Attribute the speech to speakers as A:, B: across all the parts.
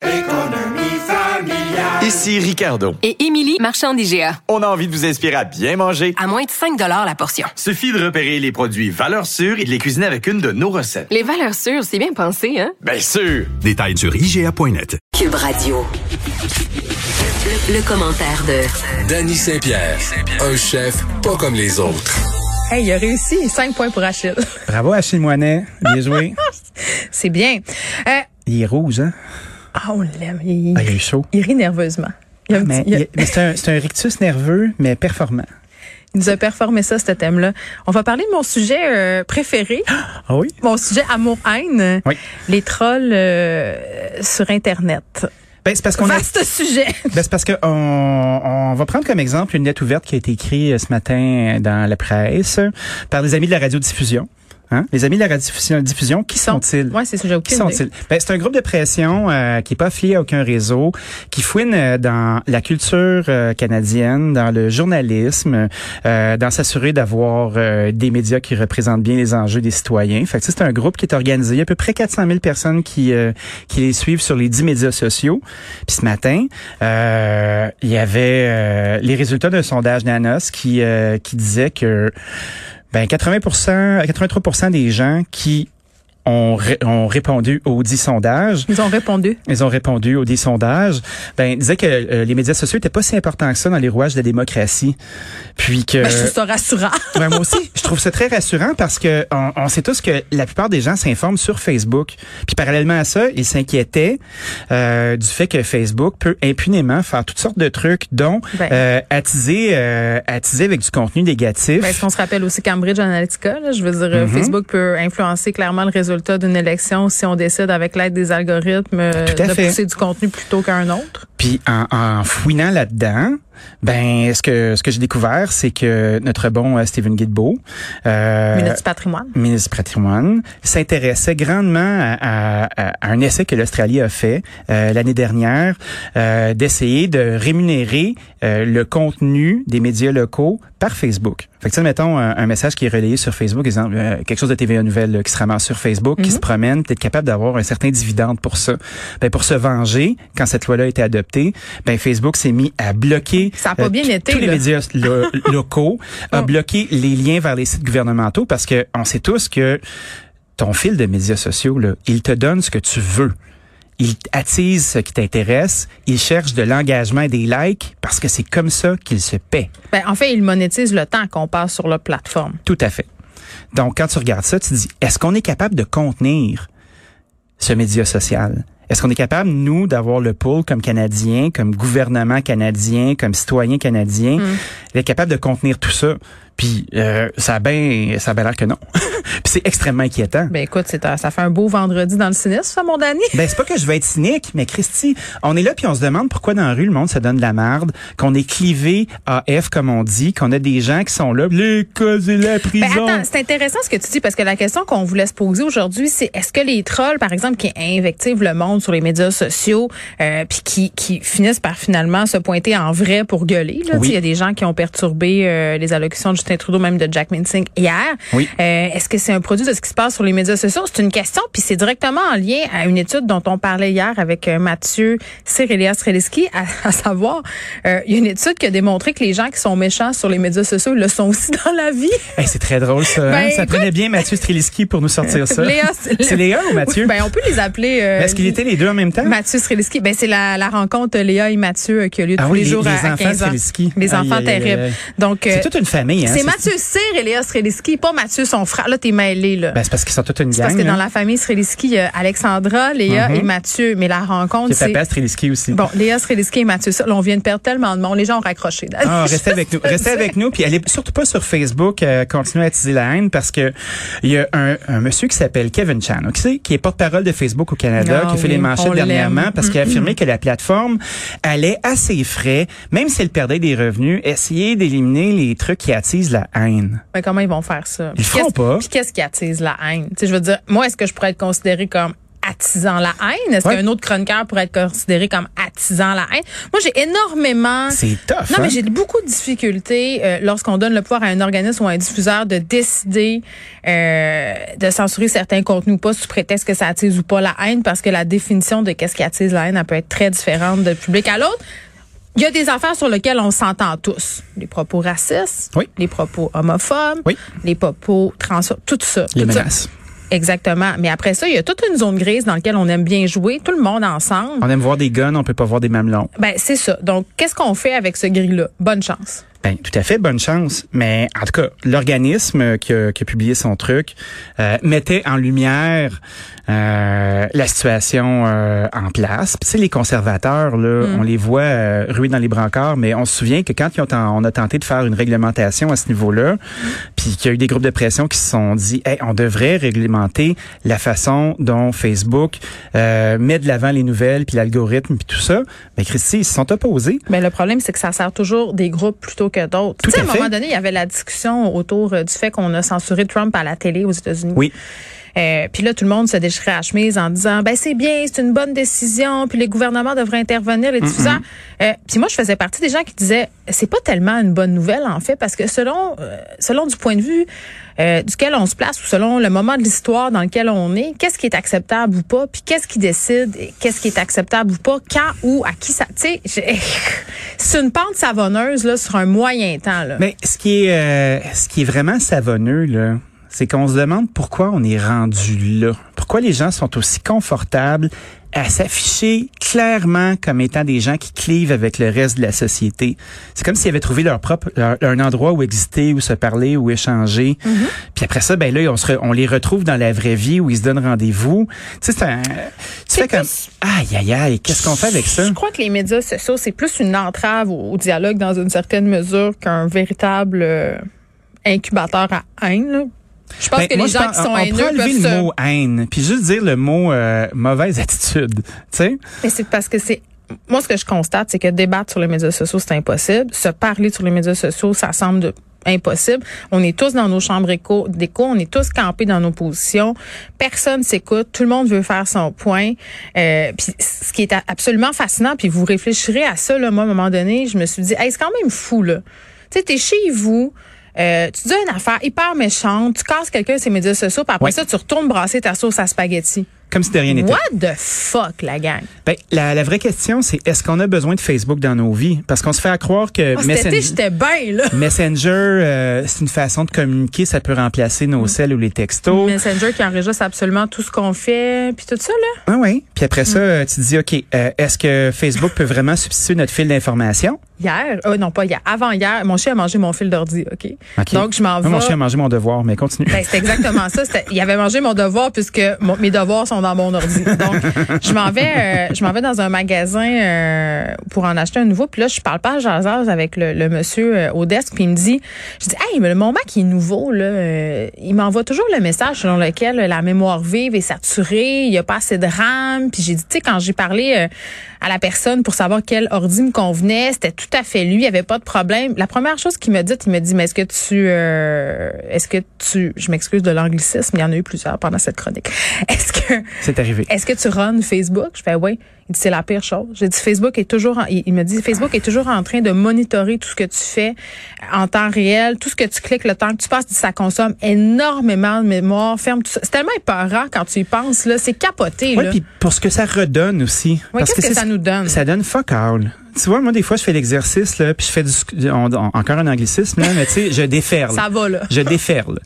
A: Économie familiale.
B: Ici Ricardo.
C: et Émilie, marchand d'IGA.
B: On a envie de vous inspirer à bien manger.
C: À moins de 5 la portion.
B: Suffit de repérer les produits valeurs sûres et de les cuisiner avec une de nos recettes.
C: Les valeurs sûres, c'est bien pensé, hein?
B: Bien sûr!
D: Détails sur IGA.net.
E: Cube Radio. Le, le commentaire de
F: Danny Saint-Pierre, un chef pas comme les autres.
G: Hey, il a réussi. 5 points pour Achille.
H: Bravo, Achille Moinet. Bien joué.
G: C'est bien. Euh,
H: Il est rouge, hein?
G: ah, on l'aime. Il,
H: Ah, il est chaud. Ah,
G: il rit nerveusement. Il, a un
H: Mais,
G: petit- il a-
H: il- mais c'est un, c'est un rictus nerveux, mais performant.
G: il nous a performé ça, ce thème-là. On va parler de mon sujet euh, préféré,
H: Ah oui?
G: mon sujet amour-haine,
H: Oui.
G: les trolls euh, sur Internet.
H: Ben, c'est parce qu'on a-
G: Vaste sujet.
H: Ben, c'est parce que on, on va prendre comme exemple une lettre ouverte qui a été écrite euh, ce matin dans la presse euh, par les amis de la radiodiffusion. Hein? Les amis de la radiodiffusion, diffusion, qui sont-ils?
G: Ouais, c'est ça, j'ai
H: Qui
G: aucune idée.
H: sont-ils? Ben, c'est un groupe de pression euh, qui est pas affilié à aucun réseau, qui fouine euh, dans la culture euh, canadienne, dans le journalisme, euh, dans s'assurer d'avoir euh, des médias qui représentent bien les enjeux des citoyens. Fait que ça, c'est un groupe qui est organisé. Il y a à peu près 400 000 personnes qui, euh, qui les suivent sur les 10 médias sociaux. Puis ce matin, euh, il y avait euh, les résultats d'un sondage Nanos qui, euh, qui disait que ben 80 83 des gens qui ont, ré- ont répondu aux 10 sondages.
G: Ils ont répondu.
H: Ils ont répondu aux 10 sondages. Ben, ils disaient que euh, les médias sociaux n'étaient pas si importants que ça dans les rouages de la démocratie. Puis que...
G: Ben, je trouve ça rassurant.
H: Ouais, moi aussi, je trouve ça très rassurant parce que on, on sait tous que la plupart des gens s'informent sur Facebook. Puis parallèlement à ça, ils s'inquiétaient euh, du fait que Facebook peut impunément faire toutes sortes de trucs, dont
G: Ben.
H: euh, attiser, euh, attiser avec du contenu négatif.
G: Ben, ce qu'on se rappelle aussi Cambridge Analytica, là, je veux dire,
H: Mm-hmm.
G: euh, Facebook peut influencer clairement le résultat d'une élection si on décide avec l'aide des algorithmes euh,
H: Tout à
G: de
H: fait.
G: pousser du contenu plutôt qu'un autre.
H: Puis en, en fouinant là-dedans, ben ce que ce que j'ai découvert, c'est que notre bon euh, Stephen Guilbeault, euh,
G: Minute du patrimoine.
H: ministre patrimoine, s'intéressait grandement à, à- à- à un essai que l'Australie a fait euh, l'année dernière euh, d'essayer de rémunérer euh, le contenu des médias locaux par Facebook. Fait que, tu sais, mettons un, un message qui est relayé sur Facebook, exemple, euh, quelque chose de TVA Nouvelle là, qui se ramasse sur Facebook, qui se
G: Mhm.
H: promène, peut-être capable d'avoir un certain dividende pour ça. Ben, pour se venger, quand cette loi-là a été adoptée, ben, Facebook s'est mis à bloquer euh,
G: Ça a pas bien
H: tous-
G: été,
H: tous les
G: là.
H: médias médias lo- locaux a bloqué les liens vers les sites gouvernementaux parce que on sait tous que ton fil de médias sociaux, là, il te donne ce que tu veux. Il attise ce qui t'intéresse, il cherche de l'engagement et des likes parce que c'est comme ça qu'il se paie.
G: Ben, en fait, ils monétisent le temps qu'on passe sur leur plateforme.
H: Tout à fait. Donc, quand tu regardes ça, tu te dis, est-ce qu'on est capable de contenir ce média social? Est-ce qu'on est capable, nous, d'avoir le pôle comme Canadiens, comme gouvernement canadien, comme citoyen canadien,
G: Hmm.
H: d'être capable de contenir tout ça? Puis, euh, ça a bien ça a bien l'air que non. Puis c'est extrêmement inquiétant.
G: Ben écoute, c'est un- ça fait un beau vendredi dans le sinistre, ça, mon Dani.
H: Ben, c'est pas que je vais être cynique, mais Christy, on est là puis on se demande pourquoi dans la rue, le monde se donne de la marde, qu'on est clivé à F, comme on dit, qu'on a des gens qui sont là, l'école et la
G: Ben
H: prison.
G: attends, c'est intéressant ce que tu dis parce que la question qu'on voulait se poser aujourd'hui, c'est est-ce que les trolls, par exemple, qui invectivent le monde sur les médias sociaux, euh, puis qui, qui finissent par finalement se pointer en vrai pour gueuler, là,
H: Oui.
G: tu sais, il y a des gens qui ont perturbé euh, les allocutions de Justin Trudeau, même de Jack Minsing hier.
H: Oui.
G: Euh, est-ce que c'est un produit de ce qui se passe sur les médias sociaux C'est une question, puis c'est directement en lien à une étude dont on parlait hier avec euh, Mathieu Cyrilia Streliski, à, à savoir, euh, il y a une étude qui a démontré que les gens qui sont méchants sur les médias sociaux le sont aussi dans la vie.
H: Hey, c'est très drôle ça. hein?
G: Ben,
H: ça prenait bien Mathieu Streliski pour nous sortir ça.
G: Léa,
H: c'est Léa ou Mathieu?
G: Oui, ben, on peut les appeler. euh,
H: Mais Est-ce qu'il était les deux en même temps?
G: Mathieu Streliski, ben c'est la, la rencontre euh, Léa et Mathieu euh, qui a lieu tous
H: Ah oui,
G: les
H: les-
G: jours
H: les
G: à, à
H: enfants
G: 15 ans.
H: Streliski.
G: Les
H: Aïe,
G: enfants
H: aïe, aïe,
G: terribles.
H: aïe.
G: Donc euh,
H: C'est toute une famille. Hein,
G: c'est c'est Mathieu Cyr et Léa Streliski, pas Mathieu son frère. Là, t'es mêlé, là.
H: Ben, c'est parce qu'ils sont toute une
G: c'est
H: gang. hein. Mm-hmm.
G: parce que
H: là,
G: dans la famille Streliski, il y a Alexandra, Léa et Mathieu. Mais la rencontre,
H: qui
G: c'est...
H: s'appelle Streliski aussi.
G: Bon, Léa Streliski et Mathieu Cyr. Là, on vient de perdre tellement de monde. Les gens ont raccroché. Dan.
H: Ah, restez avec nous. Restez avec nous. Puis allez surtout pas sur Facebook, euh, continuez à attiser la haine parce que il y a un, un monsieur qui s'appelle Kevin Chan, ok, c'est- qui est porte-parole de Facebook au Canada,
G: Ah
H: qui a fait
G: oui,
H: les
G: on
H: manchettes
G: l'aime.
H: dernièrement parce qu'il a affirmé que la plateforme allait à ses frais, même si elle perdait des revenus, essayer d'éliminer les trucs qui attisent la haine.
G: Mais comment ils vont faire ça? Puis
H: feront
G: qu'est-ce-
H: pas.
G: Puis qu'est-ce qui attise la haine? Tu sais, je veux dire, moi, est-ce que je pourrais être considéré comme attisant la haine? Est-ce
H: Ouais.
G: qu'un autre chroniqueur pourrait être considéré comme attisant la haine? Moi, j'ai énormément...
H: C'est tough.
G: Non,
H: hein?
G: mais j'ai beaucoup de difficultés euh, lorsqu'on donne le pouvoir à un organisme ou à un diffuseur de décider euh, de censurer certains contenus ou pas sous prétexte que ça attise ou pas la haine parce que la définition de qu'est-ce qui attise la haine, elle peut être très différente de public à l'autre. Il y a des affaires sur lesquelles on s'entend tous. Les propos racistes,
H: Oui.
G: les propos homophobes,
H: Oui.
G: les propos transphobes, tout ça.
H: les
G: tout ça.
H: menaces.
G: Exactement. Mais après ça, il y a toute une zone grise dans laquelle on aime bien jouer, tout le monde ensemble.
H: On aime voir des guns, on peut pas voir des mamelons.
G: Ben, c'est ça. Donc, qu'est-ce qu'on fait avec ce gris-là? Bonne chance.
H: Ben, tout à fait, bonne chance. Mais en tout cas, l'organisme euh, qui a, qui a publié son truc euh, mettait en lumière euh, la situation euh, en place. Puis, tu sais, les conservateurs, là, on les voit euh, ruer dans les brancards, mais on se souvient que quand ils ont ten- on a tenté de faire une réglementation à ce niveau-là, puis qu'il y a eu des groupes de pression qui se sont dit, hey, on devrait réglementer la façon dont Facebook euh, met de l'avant les nouvelles, puis l'algorithme, puis tout ça. Mais Christy, ils se sont opposés.
G: Mais Ben, le problème, c'est que ça sert toujours des groupes plutôt que d'autres. Tu
H: Tout
G: sais, à un
H: à fait.
G: moment donné, il y avait la discussion autour euh, du fait qu'on a censuré Trump à la télé aux États-Unis.
H: Oui.
G: Euh, puis là, tout le monde se déchirait à la chemise en disant, ben c'est bien, c'est une bonne décision, puis les gouvernements devraient intervenir, les diffuseurs. Euh, puis moi, je faisais partie des gens qui disaient, c'est pas tellement une bonne nouvelle en fait, parce que selon euh, selon du point de vue euh, duquel on se place ou selon le moment de l'histoire dans lequel on est, qu'est-ce qui est acceptable ou pas, puis qu'est-ce qui décide, et qu'est-ce qui est acceptable ou pas, quand ou à qui ça, tu sais, j'ai- c'est une pente savonneuse là sur un moyen temps là.
H: Mais ce qui est, euh, ce qui est vraiment savonneux, là, c'est qu'on se demande pourquoi on est rendu là. Pourquoi les gens sont aussi confortables à s'afficher clairement comme étant des gens qui clivent avec le reste de la société. C'est comme s'ils avaient trouvé leur propre leur- un endroit où exister, où se parler, où échanger. Puis après ça, ben là, on, se re- on les retrouve dans la vraie vie où ils se donnent rendez-vous. Tu sais, c'est un- tu fais comme aïe aïe aïe, qu'est-ce qu'on fait avec ça
G: Je crois que les médias sociaux, c'est plus une entrave au, au dialogue dans une certaine mesure qu'un véritable euh, incubateur à haine. là. Je pense
H: Ben,
G: que
H: moi,
G: les
H: je
G: gens
H: pense-
G: qui sont
H: on,
G: haineux
H: on pourrait
G: peuvent
H: enlever
G: se...
H: le mot haine, puis juste dire le mot euh, mauvaise attitude, tu sais.
G: Mais c'est parce que c'est... Moi, ce que je constate, c'est que débattre sur les médias sociaux, c'est impossible. Se parler sur les médias sociaux, ça semble de- impossible. On est tous dans nos chambres éco- d'écho, on est tous campés dans nos positions. Personne s'écoute, tout le monde veut faire son point. Euh, puis ce qui est a- absolument fascinant, puis vous réfléchirez à ça, là, moi, à un moment donné, je me suis dit, Hey, c'est quand même fou, là. Tu sais, t'es chez vous, euh, tu dis une affaire hyper méchante, tu casses quelqu'un sur ses médias sociaux, puis après
H: Ouais.
G: ça, tu retournes brasser ta sauce à spaghetti.
H: Comme si de rien n'était.
G: What the fuck, la gang?
H: Ben, la, la vraie question, c'est est-ce qu'on a besoin de Facebook dans nos vies? Parce qu'on se fait à croire que
G: Ah, cet été,
H: Messenger,
G: j'étais bien, là.
H: Messenger, euh, c'est une façon de communiquer, ça peut remplacer
G: Mm.
H: nos selles ou les textos.
G: Oh. Messenger qui enregistre absolument tout ce qu'on fait, puis tout ça, là.
H: Ah oui. Puis
G: Mm.
H: après ça, euh, tu te dis, OK, euh, est-ce que Facebook peut vraiment substituer notre fil d'information?
G: Hier, oh non, pas hier, avant hier, mon chien a mangé mon fil d'ordi, OK?
H: OK.
G: Donc, je m'en
H: Ah,
G: vais.
H: Mon chien a mangé mon devoir, mais continue.
G: Ben, c'est exactement ça. C'était- Il avait mangé mon devoir puisque mon- mes devoirs sont dans mon ordi. Donc, je m'en vais, euh, je m'en vais dans un magasin euh, pour en acheter un nouveau. Puis là, je parle pas à jasase avec le, le monsieur euh, au desk. Puis il me dit, je dis, hey, mais le moment qui est nouveau, là, euh, il m'envoie toujours le message selon lequel euh, la mémoire vive est saturée, il y a pas assez de RAM. Puis j'ai dit, tu sais, quand j'ai parlé euh, à la personne pour savoir quel ordi me convenait, c'était tout à fait lui, il y avait pas de problème. La première chose qu'il me dit, il me dit, mais est-ce que tu, euh, est-ce que tu, je m'excuse de l'anglicisme, il y en a eu plusieurs pendant cette chronique. Est-ce que
H: c'est arrivé.
G: est-ce que tu runs Facebook? Je fais oui. Il dit, c'est la pire chose. J'ai dit, Facebook est toujours, en- il, il me dit, Facebook est toujours en train de monitorer tout ce que tu fais en temps réel, tout ce que tu cliques, le temps que tu passes, ça consomme énormément de mémoire, ferme tout ça. C'est tellement épeurant quand tu y penses, là. C'est capoté,
H: Oui,
G: là.
H: puis pour ce que ça redonne aussi.
G: Ouais,
H: Parce
G: qu'est-ce que
H: c'est
G: ça
H: ce-
G: nous donne?
H: Ça donne fuck all. Tu vois, moi, des fois, je fais l'exercice, là, puis je fais du... sc- on- on- encore un anglicisme, là, mais tu sais, je déferle.
G: Ça va, là. Mm.
H: Je déferle.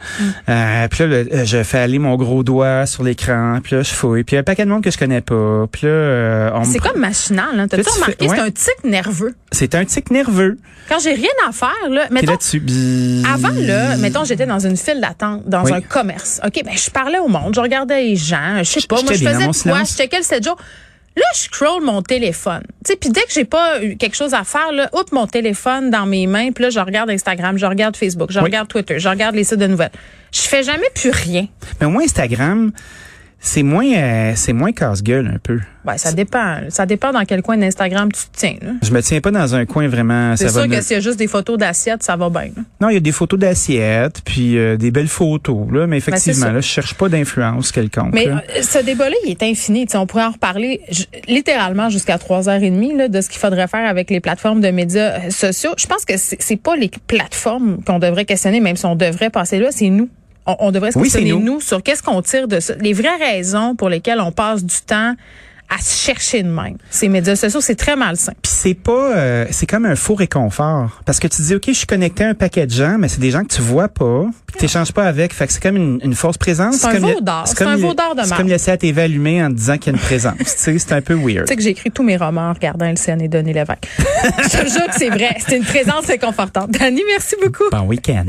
H: Euh, puis là, le- euh, je fais aller mon gros doigt sur l'écran, puis là, je fouille. Puis il y a un paquet de monde que je connais pas. Puis là, euh, on me
G: C'est
H: prend-
G: comme machinal. Hein.
H: Là,
G: T'as-tu
H: tu fais-
G: remarqué?
H: ouais.
G: C'est un tic nerveux.
H: C'est un tic nerveux.
G: Quand j'ai rien à faire, là,
H: Puis
G: mettons,
H: là, tu... bi-
G: Avant, là, mettons, j'étais dans une file d'attente, dans
H: Hmm. Oui.
G: un commerce. OK, ben, je parlais au monde, je regardais les gens, je sais pas, moi,
H: J'étais
G: je
H: bien dans
G: faisais
H: mon
G: de quoi,
H: silence.
G: je checkais le 7 jours. Là, je scroll mon téléphone. Tu sais, puis dès que j'ai pas eu quelque chose à faire, là, oups, mon téléphone dans mes mains, puis là, je regarde Instagram, je regarde Facebook, je
H: Oui.
G: regarde Twitter, je regarde les sites de nouvelles. Je fais jamais plus rien.
H: Mais au moins, Instagram, c'est moins, euh, c'est moins casse-gueule un peu.
G: Ben, ça dépend. Ça dépend dans quel coin d'Instagram tu te tiens, là.
H: Je me tiens pas dans un coin vraiment.
G: C'est
H: ça va
G: sûr
H: nulle
G: que s'il y a juste des photos d'assiettes, ça va bien. là.
H: Non, il y a des photos d'assiettes, puis euh, des belles photos, là, mais effectivement,
G: Ben, ça.
H: là, je cherche pas d'influence quelconque.
G: Mais
H: là.
G: euh, ce débat-là, il est infini. Tu sais, on pourrait en reparler j- littéralement jusqu'à 3h30 là, de ce qu'il faudrait faire avec les plateformes de médias euh, sociaux. Je pense que c'est c'est pas les plateformes qu'on devrait questionner, même si on devrait passer là, c'est nous. On, on devrait se
H: Oui, c'est
G: questionner,
H: nous.
G: nous, sur qu'est-ce qu'on tire de ça. Les vraies raisons pour lesquelles on passe du temps à se chercher de même. Ces médias sociaux, c'est très malsain.
H: Puis c'est pas, euh, c'est comme un faux réconfort, parce que tu dis, ok, je suis connecté à un paquet de gens, mais c'est des gens que tu vois pas, puis que t'échanges pas avec, fait que c'est comme une, une fausse présence.
G: C'est un
H: comme
G: vaudard,
H: le-
G: c'est un
H: comme le-
G: vaudard de
H: C'est
G: marde.
H: comme laisser à TV allumée en te disant qu'il y a une présence. tu sais, c'est un peu weird.
G: Tu sais que j'ai écrit tous mes romans en regardant LCN et Denis Lévesque. Je te jure que c'est vrai. C'est une présence réconfortante. Dani, merci beaucoup.
H: Bon week-end.